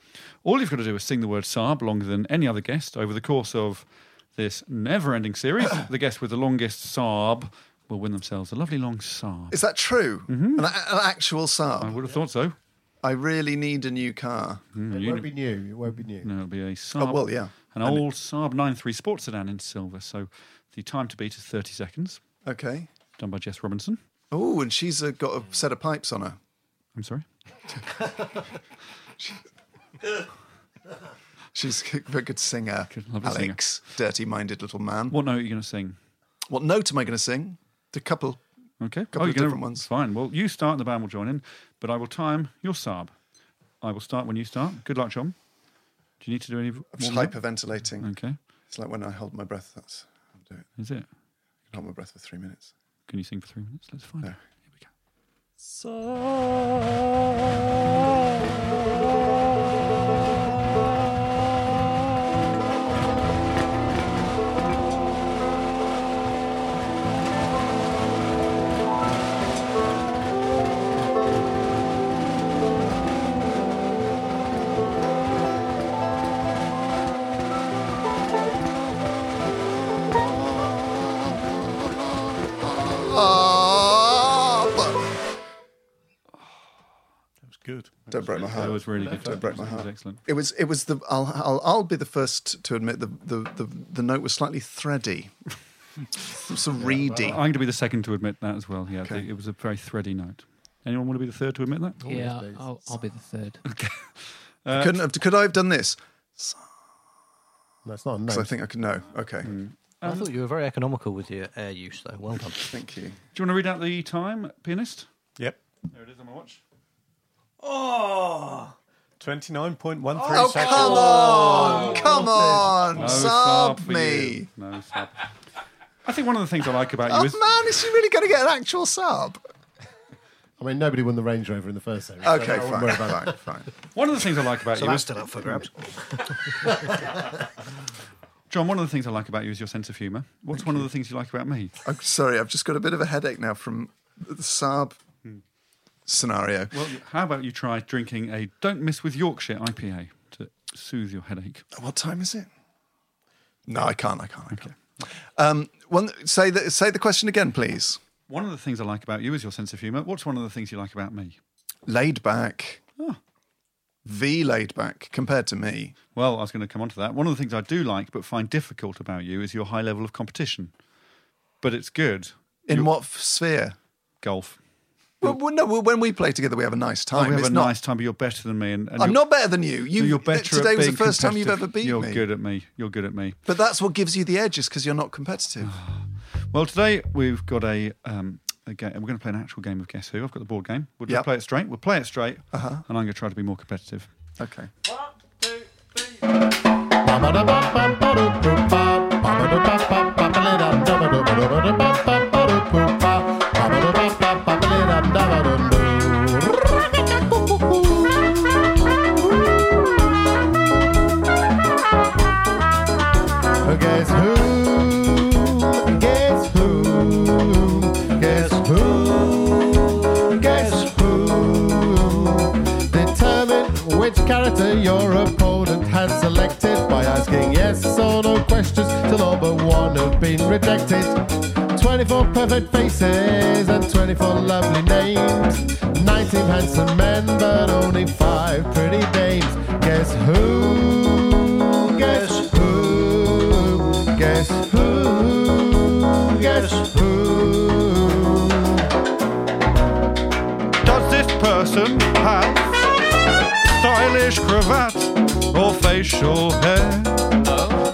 [SPEAKER 1] All you've got to do is sing the word Saab longer than any other guest over the course of this never
[SPEAKER 4] [COUGHS]
[SPEAKER 1] ending series. the guest with the longest Saab will win themselves a lovely long Saab.
[SPEAKER 4] Is that true? An, a- an actual
[SPEAKER 1] Mm-hmm. I
[SPEAKER 4] Saab.
[SPEAKER 1] would have thought so.
[SPEAKER 4] I really need a new car.
[SPEAKER 1] Mm,
[SPEAKER 6] It
[SPEAKER 1] you
[SPEAKER 6] won't be new. It won't be new.
[SPEAKER 1] No, it'll be a Saab.
[SPEAKER 4] Oh, well, yeah.
[SPEAKER 1] An
[SPEAKER 4] And it-
[SPEAKER 1] old Saab 93 sports sedan in silver. So the time to beat is 30 seconds,
[SPEAKER 4] Okay.
[SPEAKER 1] done by Jess Robinson.
[SPEAKER 4] Oh, and she's uh, got a set of pipes on her.
[SPEAKER 1] I'm sorry.
[SPEAKER 4] She's [LAUGHS] a very good singer.
[SPEAKER 1] lovely singer.
[SPEAKER 4] Alex, dirty-minded little man.
[SPEAKER 1] What note are you going to sing?
[SPEAKER 4] What note am I going to sing? The couple.
[SPEAKER 1] Okay. Oh,
[SPEAKER 4] Couple
[SPEAKER 1] you're
[SPEAKER 4] of
[SPEAKER 1] gonna-
[SPEAKER 4] different ones.
[SPEAKER 1] Fine. Well, you start and the band will join in, but I will time your Saab. I will start when you start. Good luck, John. Do you need to do any more?
[SPEAKER 4] I'm just
[SPEAKER 1] than that?
[SPEAKER 4] hyperventilating.
[SPEAKER 1] Okay.
[SPEAKER 4] It's like when I hold my breath. That's I'll do it.
[SPEAKER 1] Is it?
[SPEAKER 4] I can hold my breath for three minutes.
[SPEAKER 1] Can you sing for three minutes? Let's find
[SPEAKER 4] No.
[SPEAKER 1] out. Here we go.
[SPEAKER 4] Ah,
[SPEAKER 8] That was good.
[SPEAKER 4] don't break my
[SPEAKER 1] That
[SPEAKER 4] heart.
[SPEAKER 1] was really good.
[SPEAKER 4] Don't break my
[SPEAKER 1] That was
[SPEAKER 4] heart.
[SPEAKER 1] excellent.
[SPEAKER 4] It was. It was the. I'll. I'll, I'll be the first to admit the the, the, the note was slightly thready, [LAUGHS] so reedy.
[SPEAKER 1] I'm going to be the second to admit that as well. Yeah, it was a very thready note. Anyone want to be the third to admit that?
[SPEAKER 5] yeah, I'll, I'll be the third.
[SPEAKER 4] Couldn't have. Could I have done this?
[SPEAKER 6] No, it's not a
[SPEAKER 4] 'Cause
[SPEAKER 6] note.
[SPEAKER 4] I think I could. No. Okay.
[SPEAKER 1] Hmm.
[SPEAKER 10] I
[SPEAKER 1] Um,
[SPEAKER 10] thought you were very economical with your air use, though. Well done.
[SPEAKER 4] Thank you.
[SPEAKER 1] Do you want to read out the time, pianist?
[SPEAKER 8] Yep.
[SPEAKER 1] There it is on my watch.
[SPEAKER 6] Oh, 29.13
[SPEAKER 4] Oh
[SPEAKER 6] seconds.
[SPEAKER 4] come on! Come on!
[SPEAKER 1] Saab
[SPEAKER 4] Sub
[SPEAKER 1] for
[SPEAKER 4] me.
[SPEAKER 1] you. No Saab. I think one of the things I like about
[SPEAKER 4] Oh
[SPEAKER 1] you is
[SPEAKER 4] man, is she really going to get an actual sub?
[SPEAKER 6] I mean, nobody won the Range Rover in the first series. so I
[SPEAKER 4] Okay,
[SPEAKER 6] wouldn't
[SPEAKER 4] fine,
[SPEAKER 6] worry about that.
[SPEAKER 4] fine, fine.
[SPEAKER 1] one of the things I like about
[SPEAKER 10] So
[SPEAKER 1] you
[SPEAKER 10] that's
[SPEAKER 1] is
[SPEAKER 10] still up for grabs.
[SPEAKER 1] [LAUGHS] John. One of the things I like about you is your sense of humour. What's one of the things you like about me?
[SPEAKER 4] I'm sorry, I've just got a bit of a headache now from the Saab scenario.
[SPEAKER 1] Hmm. Well, how about you try drinking a Don't Miss with Yorkshire IPA to soothe your headache?
[SPEAKER 4] What time is it? No, I can't. I can't. I can't. Um, one, say the say the question again, please.
[SPEAKER 1] One of the things I like about you is your sense of humour. What's one of the things you like about me?
[SPEAKER 4] Laid back.
[SPEAKER 1] Oh.
[SPEAKER 4] The laid back compared to me.
[SPEAKER 1] Well, I was going to come on to that. One of the things I do like but find difficult about you is your high level of competition. But it's good.
[SPEAKER 4] In what f- sphere?
[SPEAKER 1] Golf.
[SPEAKER 4] Well, well, no, well, when we play together, we have a nice
[SPEAKER 1] Oh,
[SPEAKER 4] time.
[SPEAKER 1] we have
[SPEAKER 4] It's
[SPEAKER 1] a
[SPEAKER 4] not-
[SPEAKER 1] nice time, but you're better than me. And, and
[SPEAKER 4] I'm
[SPEAKER 1] you're-
[SPEAKER 4] not better than you. you
[SPEAKER 1] you're better.
[SPEAKER 4] today
[SPEAKER 1] at
[SPEAKER 4] was the
[SPEAKER 1] being
[SPEAKER 4] first time you've
[SPEAKER 1] competitive.
[SPEAKER 4] ever beat
[SPEAKER 1] you're
[SPEAKER 4] me.
[SPEAKER 1] good at me. You're good at me.
[SPEAKER 4] But that's what gives you the edge, is because you're not
[SPEAKER 1] [SIGHS]
[SPEAKER 4] competitive.
[SPEAKER 1] Well, today we've got a, um, a game. We're going to play an actual game of Guess Who. I've got the board game. We'll just
[SPEAKER 4] Yep.
[SPEAKER 1] play it straight. We'll play it straight. Uh-huh. And I'm going to try to be more competitive.
[SPEAKER 4] okay.
[SPEAKER 6] Guess who? Guess who? Guess who? Guess who? Determine which character your opponent has selected by asking yes or no questions till all but one have been rejected. 24 perfect faces and 24 lovely names. 19 handsome men, but only 5 pretty dames. Guess who? Guess who? Guess who? Guess who?
[SPEAKER 1] Does this person have stylish cravat or facial hair?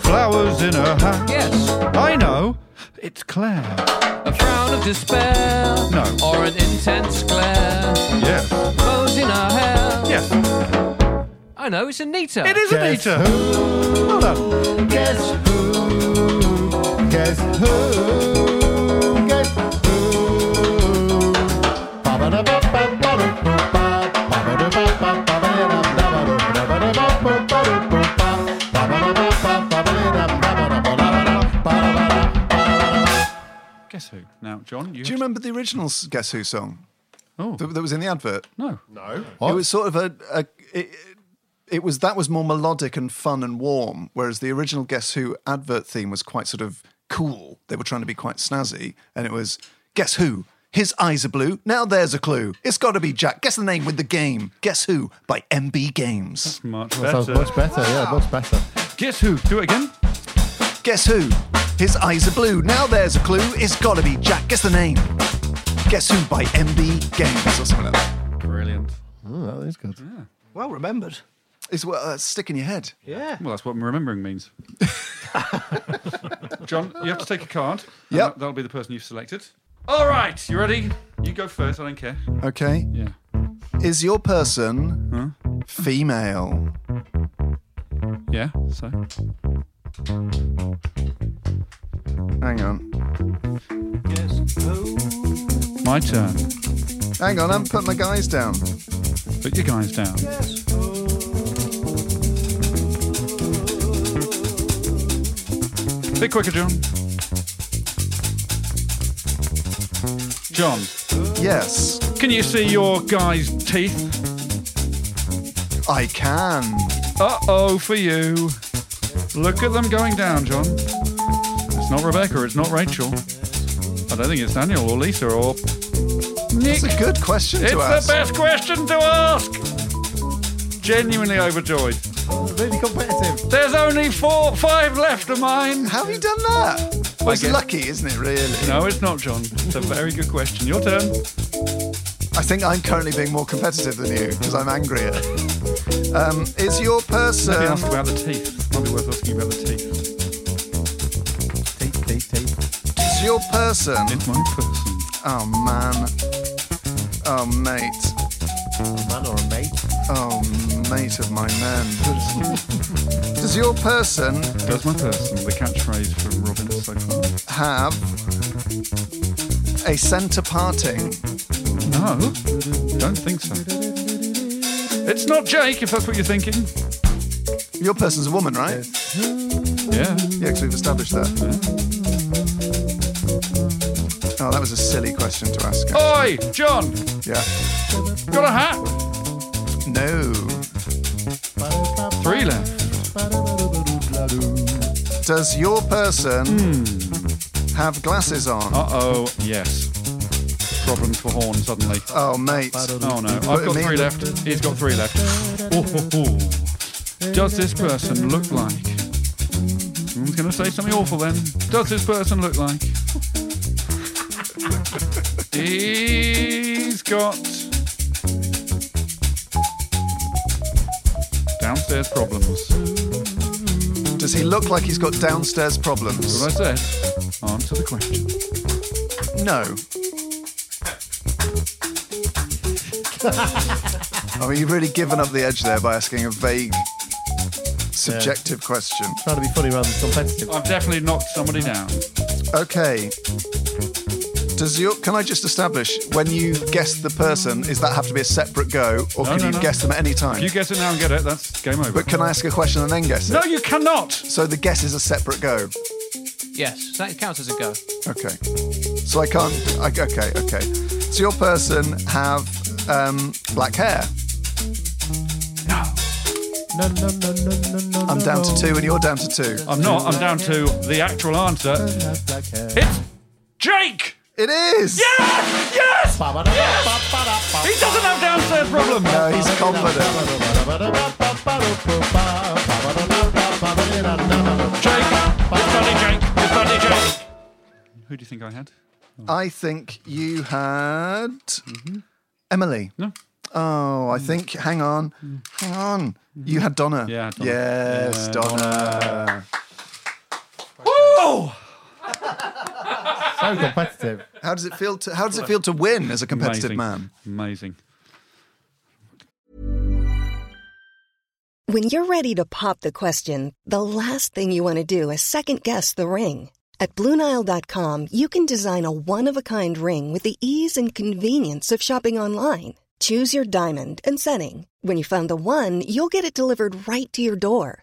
[SPEAKER 1] Flowers in her hat.
[SPEAKER 5] Yes,
[SPEAKER 1] I know. It's Claire.
[SPEAKER 5] a frown of despair.
[SPEAKER 1] No.
[SPEAKER 5] Or an intense glare.
[SPEAKER 1] Yes.
[SPEAKER 5] Bows in her hair.
[SPEAKER 1] Yes.
[SPEAKER 5] I know, it's Anita.
[SPEAKER 1] It is
[SPEAKER 6] Guess
[SPEAKER 1] Anita. Well done.
[SPEAKER 6] Guess who? Guess who? Guess who? Ba-ba-da-ba-ba-ba-da-ba-ba. Ba-ba-da-ba-ba-ba-da-ba-ba.
[SPEAKER 1] Guess who? Now, John, you.
[SPEAKER 4] Do you remember the original s- Guess Who song?
[SPEAKER 1] Oh,
[SPEAKER 4] that, that was in the advert.
[SPEAKER 1] No,
[SPEAKER 6] no.
[SPEAKER 4] It was sort of a. a it, it was that was more melodic and fun and warm, whereas the original Guess Who advert theme was quite sort of cool. They were trying to be quite snazzy, and it was Guess Who. His eyes are blue. Now there's a clue. It's got to be Jack. Guess the name with the game. Guess Who by MB Games.
[SPEAKER 1] [LAUGHS]
[SPEAKER 4] That's
[SPEAKER 1] much
[SPEAKER 6] That sounds much better. Yeah, much better.
[SPEAKER 1] Guess who? Do it again.
[SPEAKER 4] Guess who? His eyes are blue. Now there's a clue. It's gotta be Jack. Guess the name. Guess who by MB Games or something like that.
[SPEAKER 1] Brilliant.
[SPEAKER 6] Oh, that is good.
[SPEAKER 4] Well remembered. It's well, uh, stick in your head.
[SPEAKER 10] Yeah.
[SPEAKER 1] Well, that's what remembering [LAUGHS] means. John, you have to take a card. and
[SPEAKER 4] Yep.
[SPEAKER 1] that- That'll be the person you've selected. All right, you ready? You go first. I don't care.
[SPEAKER 4] Okay.
[SPEAKER 1] Yeah.
[SPEAKER 4] Is your person female?
[SPEAKER 1] Yeah. So.
[SPEAKER 4] Hang on.
[SPEAKER 1] My turn.
[SPEAKER 4] Hang on, I'm putting my guys down.
[SPEAKER 1] Put your guys down. Bit quicker, John. John,
[SPEAKER 4] Yes,
[SPEAKER 1] can you see your guy's teeth?
[SPEAKER 4] I can.
[SPEAKER 1] Uh oh, for you. Look at them going down, John. It's not Rebecca, it's not Rachel. I don't think it's Daniel or Lisa or. Nick.
[SPEAKER 4] That's a good question
[SPEAKER 1] It's
[SPEAKER 4] to
[SPEAKER 1] the
[SPEAKER 4] ask.
[SPEAKER 1] best question to ask! Genuinely overjoyed.
[SPEAKER 6] Really competitive.
[SPEAKER 1] There's only four, five left of mine.
[SPEAKER 4] How have you done that? Well, it's
[SPEAKER 1] guess-
[SPEAKER 4] lucky, isn't it, really?
[SPEAKER 1] No, it's not, John. It's a very good question. Your turn.
[SPEAKER 4] I think I'm currently being more competitive than you because I'm angrier. Um, is your person.
[SPEAKER 1] Let me ask about the teeth. Might be worth asking about the teeth.
[SPEAKER 6] Tape, tape, tape.
[SPEAKER 4] Is your person.
[SPEAKER 1] It's my person.
[SPEAKER 4] Oh man. Oh mate.
[SPEAKER 6] A man or a mate?
[SPEAKER 4] Oh mate of my man. [LAUGHS] Does your person
[SPEAKER 1] Does my person, the catchphrase from Robin so far?
[SPEAKER 4] have a centre parting?
[SPEAKER 1] No, Ah, don't think so. It's not Jake, if that's what you're thinking.
[SPEAKER 4] Your person's a woman, right? Yeah,
[SPEAKER 1] Yeah.
[SPEAKER 4] because we've established
[SPEAKER 6] Mm-hmm.
[SPEAKER 4] that. Oh, that was a silly question to ask.
[SPEAKER 6] Oh.
[SPEAKER 1] Oi, John,
[SPEAKER 4] Yeah.
[SPEAKER 1] got a hat?
[SPEAKER 4] No.
[SPEAKER 1] Three left.
[SPEAKER 4] Does your person
[SPEAKER 6] Hmm.
[SPEAKER 4] have glasses on?
[SPEAKER 1] Uh oh, yes. Problem for Horn suddenly.
[SPEAKER 4] Oh, mate.
[SPEAKER 1] Oh no, I've
[SPEAKER 4] But
[SPEAKER 1] got
[SPEAKER 4] me-
[SPEAKER 1] three left. He's got three left. Oh, ho, ho. Does this person look like? Someone's going to say something awful then. Does this person look like? He's got. Downstairs problems.
[SPEAKER 4] Does he look like he's got downstairs problems?
[SPEAKER 1] As I said, answer the question.
[SPEAKER 4] No. [LAUGHS] I mean, you've really given up the edge there by asking a vague, subjective question.
[SPEAKER 6] Trying to be funny rather than competitive.
[SPEAKER 1] I've definitely knocked somebody down.
[SPEAKER 4] Okay. Does your can I just establish when you guess the person, is that have to be a separate go, or
[SPEAKER 1] No,
[SPEAKER 4] can
[SPEAKER 1] no,
[SPEAKER 4] you
[SPEAKER 1] no.
[SPEAKER 4] guess them at any
[SPEAKER 1] If
[SPEAKER 4] time?
[SPEAKER 1] you guess it now and get it, that's game over.
[SPEAKER 4] But can I ask a question and then guess it?
[SPEAKER 1] no, you cannot!
[SPEAKER 4] So the guess is a separate go.
[SPEAKER 5] Yes, that counts as a go.
[SPEAKER 4] Okay. So I can't. I, okay, okay. So your person have um, black hair.
[SPEAKER 6] No, no, no, no, no, no.
[SPEAKER 4] I'm
[SPEAKER 6] no,
[SPEAKER 4] down to
[SPEAKER 6] no.
[SPEAKER 4] two, and you're down to two.
[SPEAKER 1] I'm not. I'm down to the actual answer.
[SPEAKER 6] Have black hair.
[SPEAKER 1] It's Jake.
[SPEAKER 4] It is.
[SPEAKER 1] Yes. Yes. He doesn't have downstairs problems.
[SPEAKER 4] No, Uh, he's confident.
[SPEAKER 1] Jake. It's bloody Jake. It's bloody Jake. Who do you think I had?
[SPEAKER 4] I think you had
[SPEAKER 1] Mm-hmm.
[SPEAKER 4] Emily.
[SPEAKER 1] No.
[SPEAKER 4] Oh, I think. Hang on, hang on. You had Donna.
[SPEAKER 1] Mm. Yeah, Donna.
[SPEAKER 4] Yes,
[SPEAKER 1] Yeah,
[SPEAKER 4] Donna.
[SPEAKER 1] Oh,
[SPEAKER 6] [LAUGHS] So competitive.
[SPEAKER 4] How does it feel to How does it feel to win as a competitive
[SPEAKER 1] amazing.
[SPEAKER 4] man?
[SPEAKER 1] Amazing.
[SPEAKER 11] When you're ready to pop the question, the last thing you want to do is second guess the ring. At Bluenile.com, you can design a one of a kind ring with the ease and convenience of shopping online. Choose your diamond and setting. When you find the one, you'll get it delivered right to your door.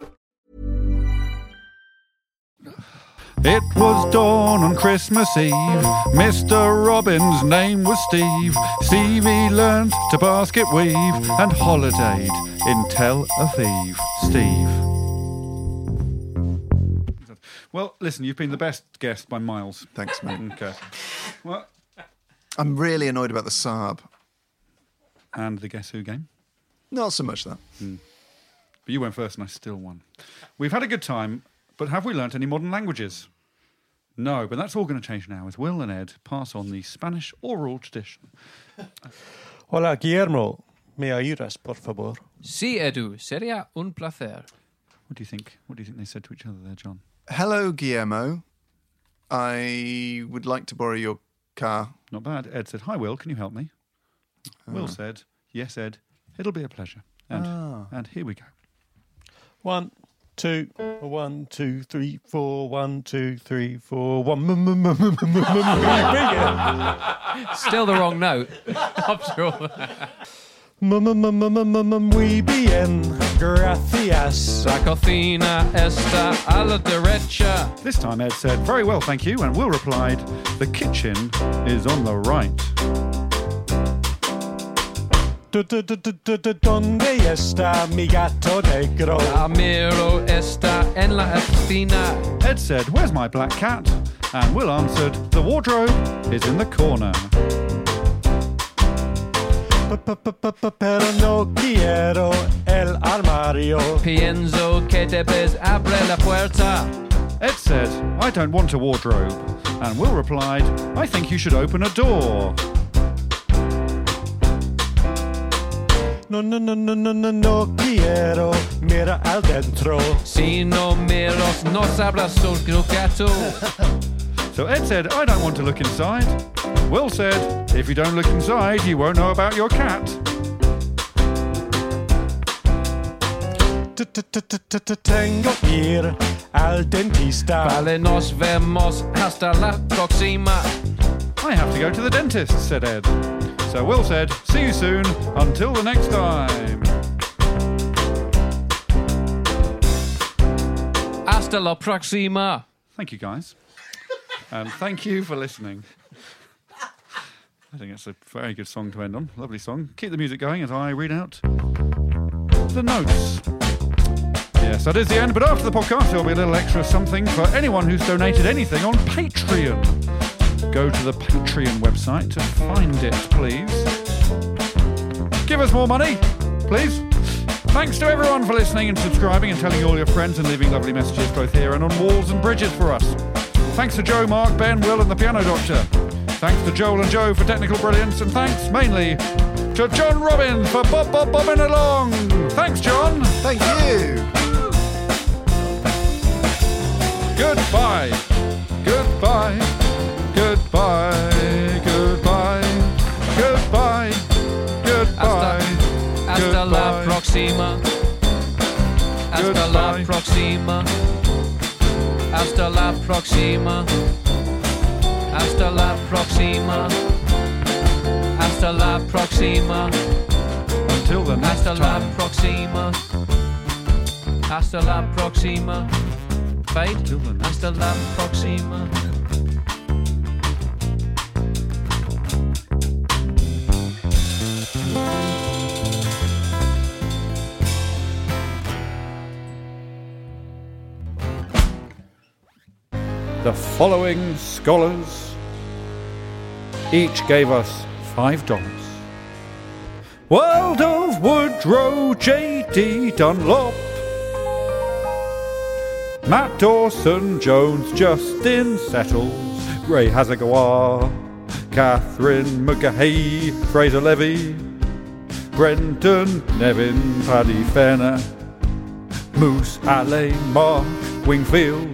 [SPEAKER 1] It was dawn on Christmas Eve. Mr. Robin's name was Steve. Stevie learned to basket weave and holidayed in Tel Aviv. Steve. Well, listen, you've been the best guest by miles.
[SPEAKER 4] Thanks, mate.
[SPEAKER 1] Okay. Well,
[SPEAKER 4] I'm really annoyed about the Saab.
[SPEAKER 1] And the Guess Who game?
[SPEAKER 4] Not so much that.
[SPEAKER 1] But you went first and I still won. We've had a good time, but have we learnt any modern languages? No, but that's all going to change now as Will and Ed pass on the Spanish oral tradition.
[SPEAKER 8] Hola, Guillermo. ¿Me ayudas, por favor?
[SPEAKER 5] Sí, Edu. Sería un placer.
[SPEAKER 1] What do you think? What do you think they said to each other there, John?
[SPEAKER 4] Hello, Guillermo. I would like to borrow your car.
[SPEAKER 1] Not bad. Ed said, Hi, Will, can you help me?
[SPEAKER 4] Ah.
[SPEAKER 1] Will said, Yes, Ed, it'll be a pleasure. And,
[SPEAKER 8] Ah.
[SPEAKER 1] and here we go.
[SPEAKER 8] One, two, one, two, three, four, one, two, three, four, one. Mm, mm, mm, mm, mm, mm, mm,
[SPEAKER 5] Still the wrong note. [LAUGHS] After all that.
[SPEAKER 8] mm, mm, mm, mm, mm, mm, mm, Muy bien, gracias.
[SPEAKER 5] La cocina está a la derecha.
[SPEAKER 1] This time Ed said, Very well, thank you. And Will replied, The kitchen is on the right.
[SPEAKER 8] Du- du- du- du- du- du- Donde está mi gato negro?
[SPEAKER 5] Amiro está en la esquina.
[SPEAKER 1] Ed said, Where's my black cat? And Will answered, The wardrobe is in the corner.
[SPEAKER 8] Pero no quiero el armario.
[SPEAKER 5] Pienso que debes abrir la puerta.
[SPEAKER 1] Ed said, I don't want a wardrobe. And Will replied, I think you should open a door.
[SPEAKER 8] No, no, no, no, no, no, no quiero. Mira al dentro.
[SPEAKER 5] Si no miras, no sabrás sobre el gato.
[SPEAKER 1] So Ed said, I don't want to look inside. Will said, If you don't look inside, you won't know about your cat.
[SPEAKER 8] T- t- t- t- t- t- Tengo que ir al dentista.
[SPEAKER 5] Vale, nos vemos hasta la próxima.
[SPEAKER 1] I have to go to the dentist, said Ed. So Will said, See you soon. Until the next time.
[SPEAKER 5] Hasta la próxima.
[SPEAKER 1] Thank you, guys. And thank you for listening. I think that's a very good song to end on. Lovely song. Keep the music going as I read out the notes. Yes, that is the end, but after the podcast, there'll be a little extra something for anyone who's donated anything on Patreon. Go to the Patreon website to find it, please. Give us more money, please. Thanks to everyone for listening and subscribing and telling all your friends and leaving lovely messages both here and on walls and bridges for us. Thanks to Joe, Mark, Ben, Will, and the Piano Doctor. Thanks to Joel and Joe for technical brilliance, and thanks mainly to John Robbins for bob bob bobbing along. Thanks, John.
[SPEAKER 4] Thank you.
[SPEAKER 1] Goodbye. Goodbye. Goodbye. Goodbye. Goodbye. Goodbye.
[SPEAKER 5] Hasta la
[SPEAKER 1] Goodbye.
[SPEAKER 5] próxima. Hasta la
[SPEAKER 1] Goodbye.
[SPEAKER 5] próxima. Hasta la próxima. Hasta la próxima. Hasta la próxima.
[SPEAKER 1] Until the next
[SPEAKER 5] Hasta la
[SPEAKER 1] time.
[SPEAKER 5] próxima. Hasta la próxima. Fade.
[SPEAKER 1] Till the next
[SPEAKER 5] Hasta la próxima.
[SPEAKER 1] The following scholars each gave us five dollars. World of Woodrow J.D. Dunlop, Matt Dawson Jones, Justin Settles, Ray Hazagawa, Catherine McGahey, Fraser Levy, Brendan Nevin, Paddy Fenner, Moose Alley, Mark Wingfield,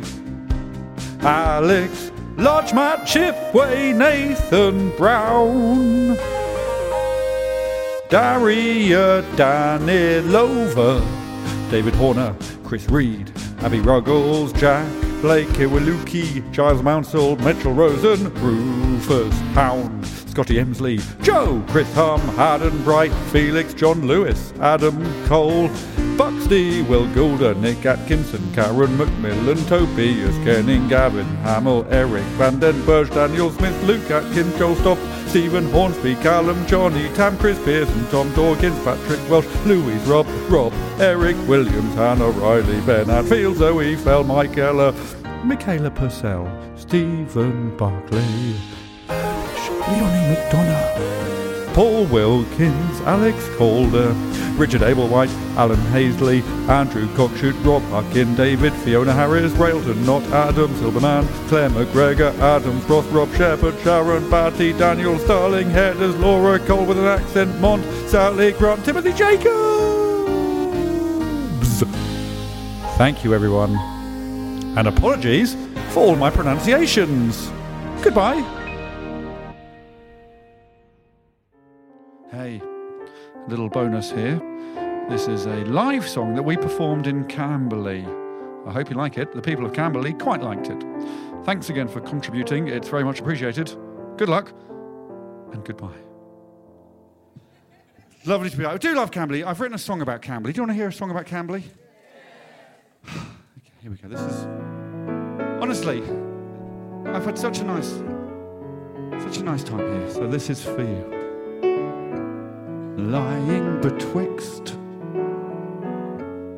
[SPEAKER 1] Alex Lodge, Matt Chipway, Nathan Brown. Daria Danilova, David Horner, Chris Reed, Abby Ruggles, Jack Blake, Iwaluki, Giles Mounsell, Mitchell Rosen, Rufus Hound, Scotty Emsley, Joe, Chris Hum, Haddon Bright, Felix, John Lewis, Adam Cole, Buxty, Will Goulder, Nick Atkinson, Karen McMillan, Tobias Kenning, Gavin Hamill, Eric Van Den Berg, Daniel Smith, Luke Atkins, Joel Stoff, Stephen Hornsby, Callum, Johnny, Tam, Chris Pearson, Tom Dawkins, Patrick Welsh, Louise Rob, Rob, Eric Williams, Hannah Riley, Ben Atfield, Zoe Fell, Mike Eller, Michaela Purcell, Stephen Barclay, Leonie McDonough, Paul Wilkins, Alex Calder, Richard Ablewhite, Alan Hazley, Andrew Cockshoot, Rob Huckin, David, Fiona Harris, Railton Not, Adam Silverman, Claire McGregor, Adam Frost, Rob Shepherd, Sharon Batty, Daniel Starling, Headers, Laura Cole with an accent, Mont, Sally Grant, Timothy Jacobs. Thank you, everyone. And apologies for all my pronunciations. Goodbye. Hey, little bonus here. This is a live song that we performed in Camberley. I hope you like it. The people of Camberley quite liked it. Thanks again for contributing. It's very much appreciated. Good luck and goodbye. Lovely to be. I do love Camberley. I've written a song about Camberley. Do you want to hear a song about Camberley? [SIGHS] okay, here we go. This is honestly, I've had such a nice, such a nice time here. So this is for you lying betwixt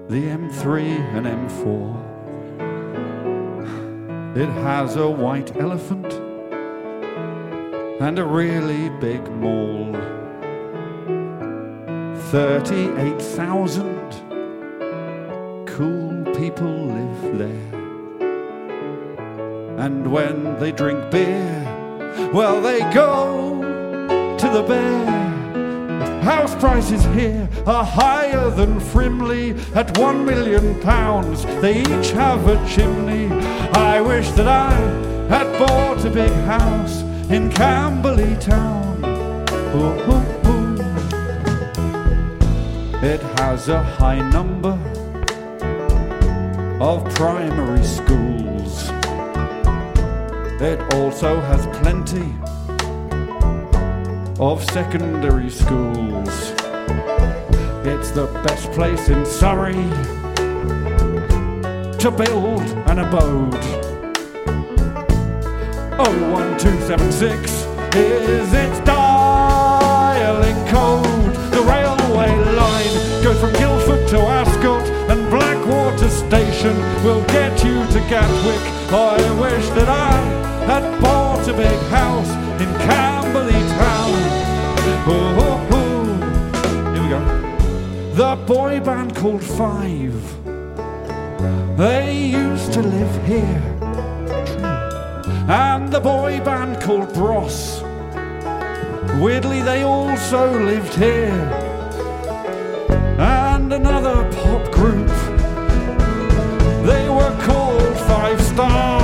[SPEAKER 1] the M3 and M4. It has a white elephant and a really big mall. 38,000 cool people live there. And when they drink beer, well, they go to the bear. House prices here are higher than Frimley at one million pounds. They each have a chimney. I wish that I had bought a big house in Camberley Town. Ooh, ooh, ooh. It has a high number of primary schools. It also has plenty of secondary schools. It's the best place in Surrey to build an abode. 01276 is its dialing code. The railway line goes from Guildford to Ascot and Blackwater Station will get you to Gatwick. I wish that I had bought a big house in Camberley Town. Oh, oh, oh. Here we go. The boy band called Five. They used to live here. And the boy band called Bros. Weirdly, they also lived here. And another pop group. They were called Five Star.
[SPEAKER 2] Oh, Oh, Oh,